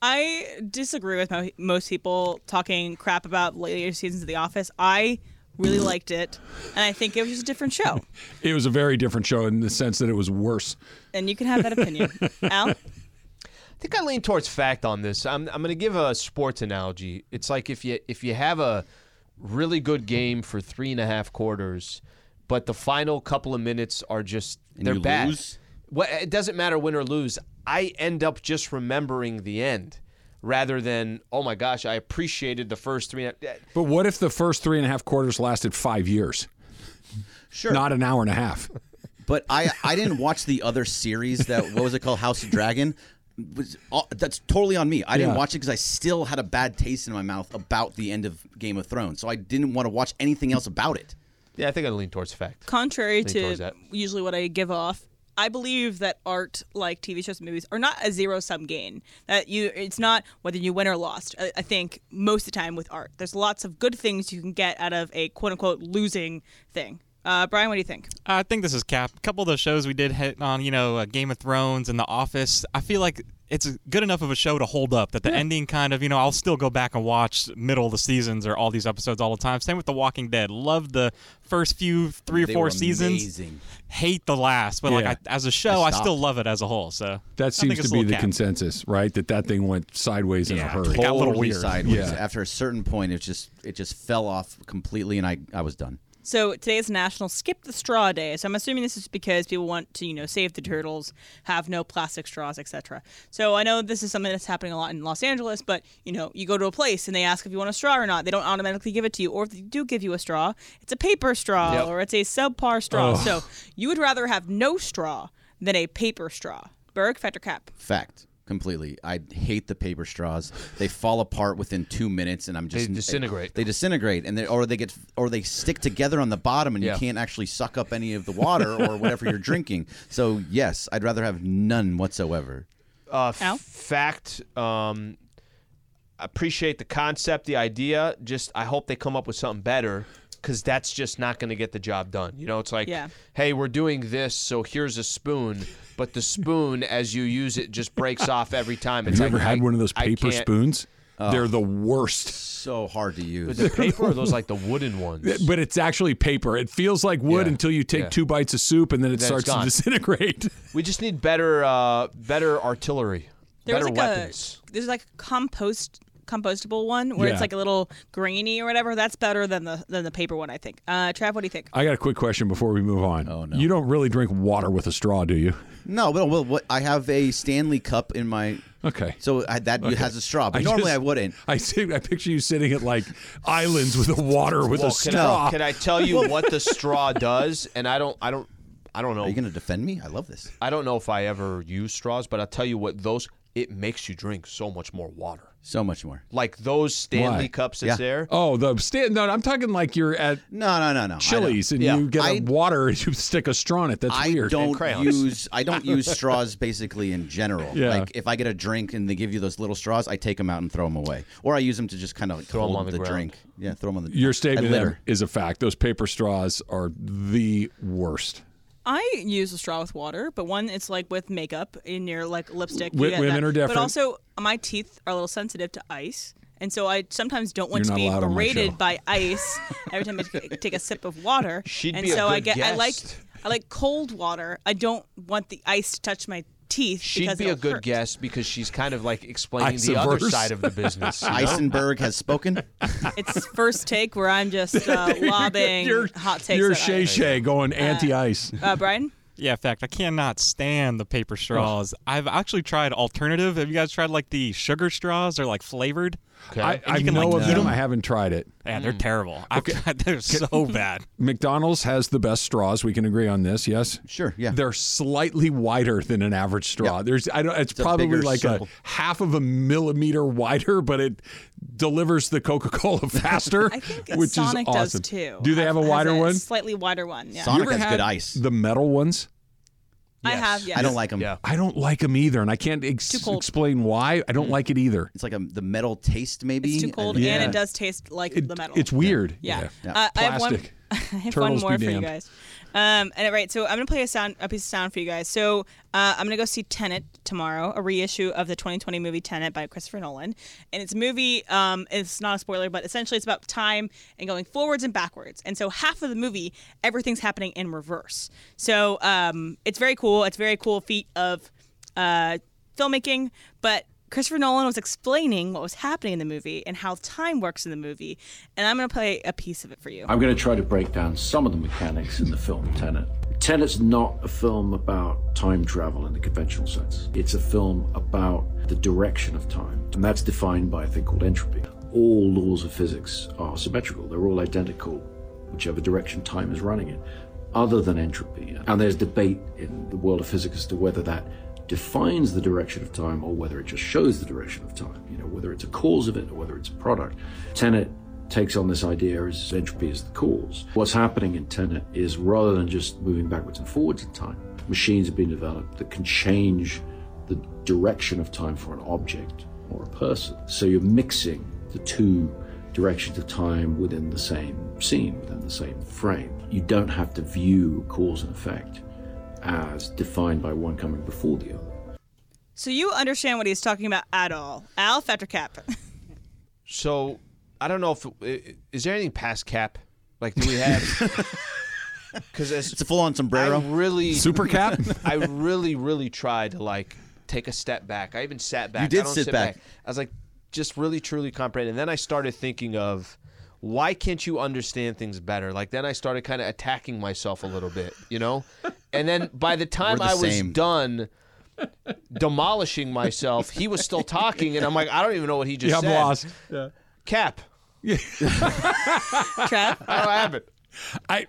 A: I disagree with mo- most people talking crap about later seasons of The Office. I really liked it, and I think it was just a different show.
D: it was a very different show in the sense that it was worse.
A: And you can have that opinion, Al.
B: I think I lean towards fact on this. I'm I'm going to give a sports analogy. It's like if you if you have a really good game for three and a half quarters, but the final couple of minutes are just they're
C: you
B: bad.
C: lose?
B: What it doesn't matter win or lose. I end up just remembering the end rather than oh my gosh, I appreciated the first three. and a-"
D: But what if the first three and a half quarters lasted five years,
C: Sure,
D: not an hour and a half?
C: but I I didn't watch the other series that what was it called House of Dragon. Was all, that's totally on me. I didn't
D: Yeah.
C: watch it because I still had a bad taste in my mouth about the end of Game of Thrones, so I didn't want to watch anything else about it.
B: Yeah, I think I lean towards fact.
A: contrary
B: Lean towards
A: to
B: that.
A: usually what I give off, I believe that art, like TV shows and movies, are not a zero sum gain. That you, it's not whether you win or lost. I, I think most of the time with art, there's lots of good things you can get out of a quote unquote losing thing. Uh, Brian, what do you think?
H: I think this is Cap. A couple of those shows we did hit on, you know, uh, Game of Thrones and The Office. I feel like it's good enough of a show to hold up that the ending kind of, you know, I'll still go back and watch middle of the seasons or all these episodes all the time. Same with The Walking Dead. Love the first few three or
C: They
H: four
C: were
H: seasons.
C: amazing.
H: Hate the last, but
D: Yeah.
H: like I, as a show, I, still
C: stopped.
H: love it as a whole. So I
D: That
H: think
D: seems
H: it's
D: to
H: a
D: be
H: little
D: the
H: Cap.
D: consensus, right? That that thing went sideways in a
H: Yeah,
D: hurry.
H: it got a little
C: totally
H: weird.
C: sideways.
D: Yeah.
C: After a certain point, it just it just fell off completely, and I I was done.
A: So today is National Skip the Straw Day. So I'm assuming this is because people want to, you know, save the turtles, have no plastic straws, etc. So I know this is something that's happening a lot in Los Angeles, but you know, you go to a place and they ask if you want a straw or not. They don't automatically give it to you, or if they do give you a straw, it's a paper straw
B: Yep.
A: or it's a subpar straw. So you would rather have no straw than a paper straw. Berg, Fetter Cap.
C: Fact. Completely. I hate the paper straws. They fall apart within two minutes, and I'm just
B: They disintegrate.
C: They, disintegrate, and they or they get or they stick together on the bottom, and
B: Yeah.
C: you can't actually suck up any of the water or whatever you're drinking. So yes, I'd rather have none whatsoever.
B: Uh,
A: Al?
B: f- fact. Um, appreciate the concept, the idea. Just I hope they come up with something better because that's just not going to get the job done. You know, it's like,
A: Yeah.
B: hey, we're doing this, so here's a spoon, but the spoon as you use it just breaks off every time.
D: Have
B: It's
D: you
B: like,
D: ever had
B: I-
D: one of those
B: I
D: paper
B: can't-
D: spoons? They're the worst.
C: So hard to use.
B: The paper or those like the wooden ones.
D: But it's actually paper. It feels like wood
B: Yeah,
D: until you take
B: yeah.
D: two bites of soup and then it
B: Then it's
D: starts to
B: gone.
D: disintegrate.
B: We just need better, uh, better artillery,
A: There
B: better
A: was like
B: weapons.
A: a there's like a compost compostable one where
D: Yeah.
A: it's like a little grainy or whatever. That's better than the than the paper one, I think. Uh, Trav, what do you think?
D: I got a quick question before we move on. Oh no. You don't really drink water with a straw, do you?
C: No, well, well, what, I have a Stanley cup in my.
D: Okay.
C: So I, that has a straw, but normally
D: just-
C: I wouldn't.
D: I see, I picture you sitting at like islands with a water with
B: Well,
D: a
B: Oh, can,
D: straw.
B: I, can I tell you what the straw does? And I don't, I don't, I don't know.
C: Are you going to defend me? I love this.
B: I don't know if I ever use straws, but I'll tell you what those it makes you drink so much more water.
C: So much more.
B: Like those Stanley
D: Why?
B: cups that's
C: Yeah.
B: there.
D: oh, the stand. No, I'm talking like you're at
C: No, no, no, no. I don't-
D: Chili's and
B: yeah.
D: you get a
C: I-
D: water and you stick a straw in it. That's
C: I
D: weird.
C: don't
B: crayons.
C: use I don't use straws basically in general.
D: Yeah.
C: Like if I get a drink and they give you those little straws, I take them out and throw them away, or I use them to just kind of like
B: them
C: hold
B: on the ground.
C: drink. Yeah, throw them on the.
D: Your
C: I
D: statement
C: litter.
D: is a fact. Those paper straws are the worst.
A: I use a straw with water, but one it's like with makeup in your like lipstick. you
D: Wi-
A: get
D: women
A: that.
D: are different.
A: But also, my teeth are a little sensitive to ice, and so I sometimes don't want to
D: You're not
A: be
D: allowed on my show.
A: berated by ice every time I t- take a sip of water.
B: She'd
A: and
B: be a
A: so I
B: good
A: get I like
B: guest.
A: I like cold water. I don't want the ice to touch my teeth.
B: She'd
A: because
B: be a
A: it'll
B: good
A: hurt.
B: guest because she's kind of like explaining the other
D: Ice-averse.
B: side of the business. you know?
C: Eisenberg has spoken.
A: It's first take where I'm just uh, lobbing
D: You're-
A: hot takes.
D: You're
A: at
D: Shay
A: ice.
D: Shay going anti ice.
A: Uh, Brian,
H: Yeah, in fact, I cannot stand the paper straws. I've actually tried alternative. Have you guys tried like the sugar straws? They're like flavored.
B: Okay.
D: I, I
H: you can,
D: know
H: like,
D: of
H: eat
D: them. Mm.
H: 'em.
D: I haven't tried it.
H: Yeah, they're terrible. I've tried, they're so bad.
D: McDonald's has the best straws. We can agree on this. Yes.
C: Sure, yeah.
D: They're slightly wider than an average straw. There's. I don't. It's,
C: a
D: probably
C: bigger
D: like
C: circle.
D: a half of a millimeter wider, but it delivers the Coca Cola faster,
A: I think
D: which
A: Sonic
D: is
A: does
D: awesome.
A: too.
D: Do they have a
A: Has
D: wider one?
A: Slightly wider one. Yeah,
C: Sonic
D: You ever
C: has
D: had
C: good ice.
D: The metal ones.
A: I
B: Yes.
A: have. Yes.
C: I don't like them.
B: Yeah.
D: I don't like them either, and I can't ex-
A: Too cold.
D: explain why. I
C: Mm.
D: don't like it either.
C: It's like a, the metal taste, maybe.
A: It's too cold,
D: Yeah.
A: and it does taste like
D: It-
A: the metal.
D: It's weird.
A: yeah.
D: Yeah.
A: Uh, I have one.
D: Plastic.
A: I have
D: Turtles be
A: one more for you
D: damned.
A: guys. Um, and right, so I'm gonna play a sound, a piece of sound for you guys. So uh, I'm gonna go see Tenet tomorrow, a reissue of the 2020 movie Tenet by Christopher Nolan, and it's a movie. Um, it's not a spoiler, but essentially it's about time and going forwards and backwards. And so half of the movie, everything's happening in reverse. So um, it's very cool. It's a very cool feat of uh, filmmaking, but Christopher Nolan was explaining what was happening in the movie and how time works in the movie, and I'm going to play a piece of it for you.
I: I'm going to try to break down some of the mechanics in the film Tenet. Tenet's not a film about time travel in the conventional sense. It's a film about the direction of time, and that's defined by a thing called entropy. All laws of physics are symmetrical, they're all identical, whichever direction time is running in, other than entropy. And there's debate in the world of physics as to whether that defines the direction of time or whether it just shows the direction of time, you know, whether it's a cause of it or whether it's a product. Tenet takes on this idea as entropy is the cause. What's happening in Tenet is rather than just moving backwards and forwards in time, machines have been developed that can change the direction of time for an object or a person. So you're mixing the two directions of time within the same scene, within the same frame. You don't have to view cause and effect as defined by one coming before the other.
A: So you understand what he's talking about at all, Al Fettercap?
B: So I don't know if i- is there anything past cap? Like do we have? Because
C: It's a full-on
B: I
C: sombrero.
B: really
D: Super cap.
B: I really, really tried to like take a step back. I even sat back.
C: did
B: I don't
C: sit back.
B: I was like, just really, truly comprehend. And then I started thinking of why can't you understand things better? Like then I started kind of attacking myself a little bit, you know? And then by the time
C: the
B: I was
C: same.
B: done demolishing myself, he was still talking and I'm like, I don't even know what he just
D: Yeah, I'm
B: said.
D: lost.
B: Cap.
A: Trev,
B: I don't have it.
D: I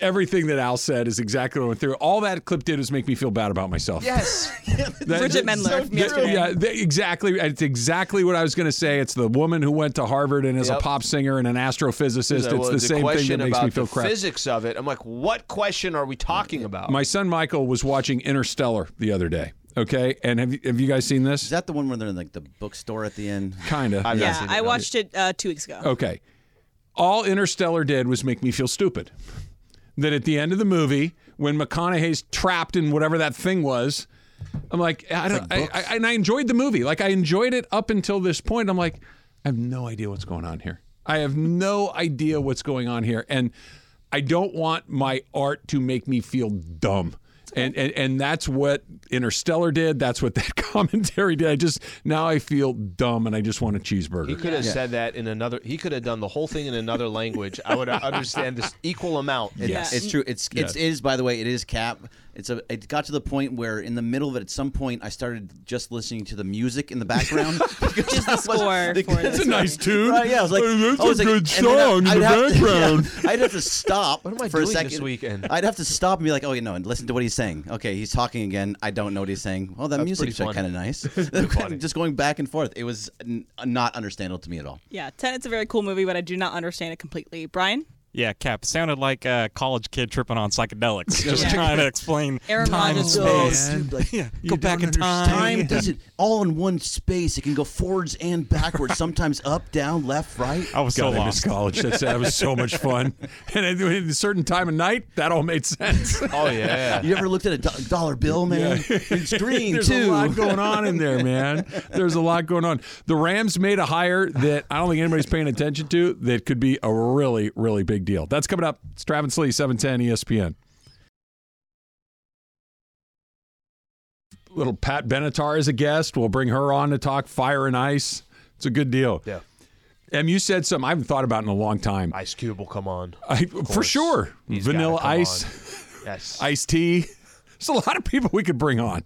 D: everything that Al said is exactly what I went through. All that clip did was make me feel bad about myself.
B: Yes.
D: That-
A: Bridget
D: that-
A: Mendler from
D: that-
A: yesterday.
D: yeah, that- exactly. It's exactly what I was going to say. It's the woman who went to Harvard and is a
B: Yep.
D: pop singer and an astrophysicist.
B: Well,
D: It's the same thing
B: question
D: that makes
B: about
D: me feel
B: the
D: crap.
B: physics of it. I'm like, what question are we talking about?
D: My son Michael was watching Interstellar the other day. Okay, and have you, have you guys seen
C: Is
D: this?
C: that the one where they're in like the bookstore at the end?
D: Kind of.
B: not
A: yeah,
B: seen it,
A: I
B: no.
A: watched it uh, two weeks ago.
D: Okay. All Interstellar did was make me feel stupid. That at the end of the movie, when McConaughey's trapped in whatever that thing was, I'm like, I don't, I- I, and I enjoyed the movie. Like I enjoyed it up until this point. I'm like, I have no idea what's going on here. I have no idea what's going on here, and I don't want my art to make me feel dumb. And, and and that's what Interstellar did. That's what that commentary did. I just now I feel dumb, and I just want a cheeseburger.
B: He could have said that in another. He could have done the whole thing in another language. I would understand this equal amount.
A: Yes.
C: It's true. It's it's it is by the way, it is cap. It's a it got to the point where in the middle of it at some point I started just listening to the music in the background.
A: Just the score for
D: That's
A: this
D: a nice tune.
C: Right, yeah, I was like,
D: Uh, that's
C: I was
D: a
C: like-
D: good
C: and then I-
D: song in
C: I'd
D: the
C: have to-
D: background.
C: yeah, I'd have to stop.
B: What am I
C: for a
B: doing this
C: second.
B: weekend?
C: I'd have to stop and be like, oh, you know, and listen to what he's saying. Okay, he's talking again. I don't know what he's saying. Well, that music's
B: pretty
C: kind of nice. Just going back and forth. It was n- not understandable to me at all.
A: Yeah, Tenet's a very cool movie, but I do not understand it completely. Brian,
H: Yeah, Cap sounded like a college kid tripping on psychedelics, just
A: Yeah.
H: trying to explain
A: Aaron
H: time and
A: Rodgers
H: space.
C: dude, like,
H: yeah, go back in
C: Time
H: time.
C: does it all in one space. It can go forwards and backwards, sometimes up, down, left, right.
H: I was so
D: God, I
H: lost.
D: missed college. That's, that was so much fun. And at a certain time of night, that all made sense.
B: Oh yeah.
C: You ever looked at a do- dollar bill, man? It's green
D: There's a
C: too.
D: lot going on in there, man. There's a lot going on. The Rams made a hire that I don't think anybody's paying attention to that could be a really, really big deal. That's coming up. It's Travis Lee, E 710 ESPN. Little Pat Benatar is a guest. We'll bring her on to talk fire and ice. It's a good deal.
B: Yeah.
D: Em, you said something I haven't thought about in a long time.
B: Ice Cube will come on.
D: I,
B: course.
D: for sure.
B: He's gotta
D: Vanilla
B: come
D: ice,
B: on. Yes.
D: iced tea. There's a lot of people we could bring on.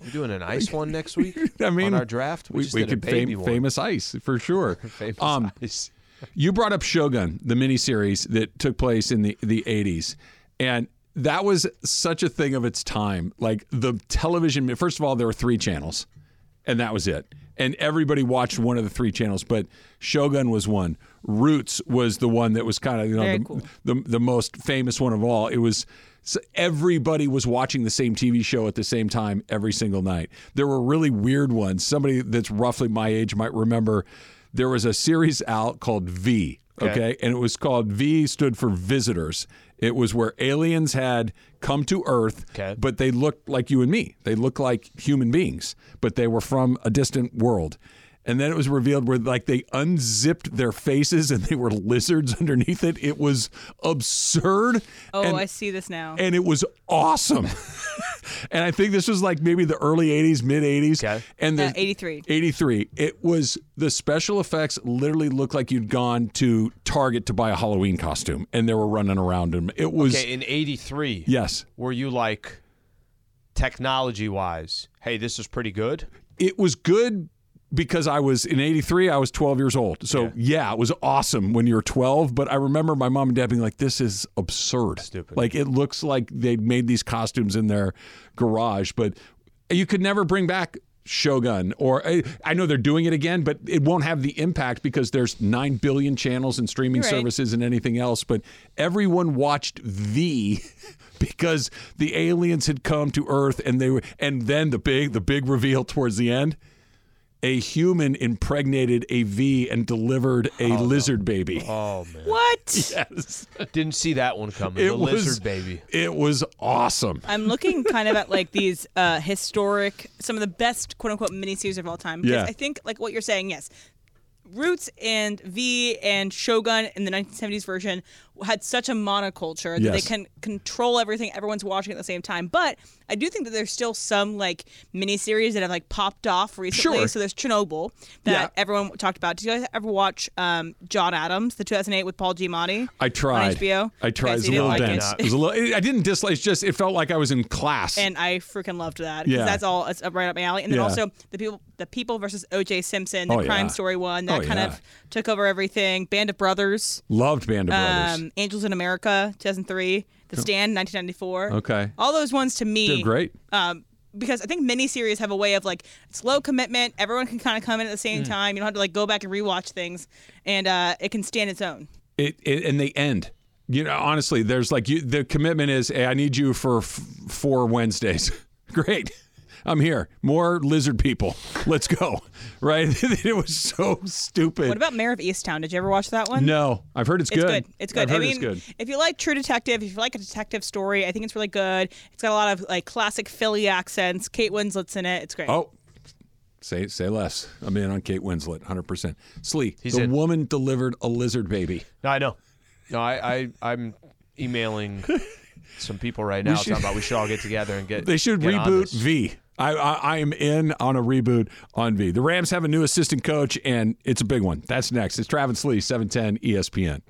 B: We're doing an ice one next week.
D: I mean,
B: on our draft, we, just did
D: could
B: a baby
D: fam-
B: one.
D: famous ice for sure. Um,
B: Famous ice.
D: You brought up Shogun, the miniseries that took place in the, the 80s. And that was such a thing of its time. Like the television, first of all, there were three channels, and that was it. And everybody watched one of the three channels, but Shogun was one. Roots was the one that was kind of you know
A: Very
D: the,
A: cool.
D: the the most famous one of all. It was so everybody was watching the same TV show at the same time every single night. There were really weird ones. Somebody that's roughly my age might remember there was a series out called V. Okay. And it was called V stood for visitors. It was where aliens had come to Earth,
B: Okay.
D: but they looked like you and me. They looked like human beings, but they were from a distant world. And then it was revealed where like they unzipped their faces and they were lizards underneath it. It was absurd.
A: oh,
D: and,
A: I see this now.
D: and it was awesome. and I think this was like maybe the early 80s, mid 80s.
B: Okay.
D: And the
A: Uh, 83.
D: 83. It was the special effects literally looked like you'd gone to Target to buy a Halloween costume and they were running around him. It was
B: Okay, in '83,
D: yes.
B: were you like technology-wise? Hey, this is pretty good.
D: It was good because I was in 83, I was 12 years old. So yeah. it was awesome when you were 12, but I remember my mom and dad being like this is absurd.
B: Stupid.
D: Like it looks like they made these costumes in their garage, but you could never bring back Shogun or I, I know they're doing it again, but it won't have the impact because there's 9 billion channels and streaming
A: You're right.
D: services and anything else, but everyone watched the because the aliens had come to earth and they were and then the big the big reveal towards the end a human impregnated a V and delivered a lizard baby.
B: Oh man,
A: What?
D: Yes.
B: didn't see that one coming.
D: It
B: the
D: was
B: lizard baby.
D: It was awesome.
A: I'm looking kind of at like these uh, historic, some of the best quote unquote miniseries of all time. Because
D: Yeah.
A: I think like what you're saying, yes, Roots and V and Shogun in the 1970s version had such a monoculture that
D: Yes.
A: they can control everything. Everyone's watching at the same time. But I do think that there's still some like miniseries that have like popped off recently.
D: Sure.
A: So there's Chernobyl that
D: Yeah.
A: everyone talked about. Did you guys ever watch um, John Adams, the 2008 with Paul Giamatti?
D: I tried.
A: On HBO.
D: I tried.
A: Okay,
D: It's
A: so you didn't
D: a little
A: like it.
D: dense. It was a little. I didn't dislike. It's just it felt like I was in class.
A: and I freaking loved that because
D: Yeah.
A: that's all it's up right up my alley. And then
D: Yeah.
A: also the people, the people versus O.J. Simpson, the
D: Oh,
A: crime
D: yeah.
A: story one that
D: Oh,
A: kind
D: yeah.
A: of took over everything. Band of Brothers,
D: Loved Band of Brothers.
A: um, Angels in America, 2003, The Stand, 1994.
D: Okay.
A: all those ones to me
D: They're great.
A: Um, because I think miniseries have a way of like it's low commitment. Everyone can kind of come in at the
D: Hmm.
A: same time. You don't have to like go back and rewatch things, and uh, it can stand its own.
D: it, it and they end. You know, honestly, there's like you, the commitment is, hey, I need you for f- four Wednesdays. Great, I'm here. More lizard people. Let's go. Right? it was so stupid.
A: What about Mayor of Easttown? Did you ever watch that one?
D: no, I've heard it's
A: It's
D: good.
A: good. It's good.
D: I've heard
A: I mean,
D: it's good.
A: if you like True Detective, if you like a detective story, I think it's really good. It's got a lot of like classic Philly accents. Kate Winslet's in it. It's great.
D: Oh, say say less. I'm in on Kate Winslet, hundred percent. Slee,
B: He's
D: the
B: in.
D: woman delivered a lizard baby.
B: No, I know. No, I, I I'm emailing some people right now talking about we should all get together and get.
D: They should
B: get on
D: reboot
B: this.
D: V. I, I I am in on a reboot on V. The Rams have a new assistant coach, and it's a big one. That's next. It's Travis Lee, seven ten E ESPN.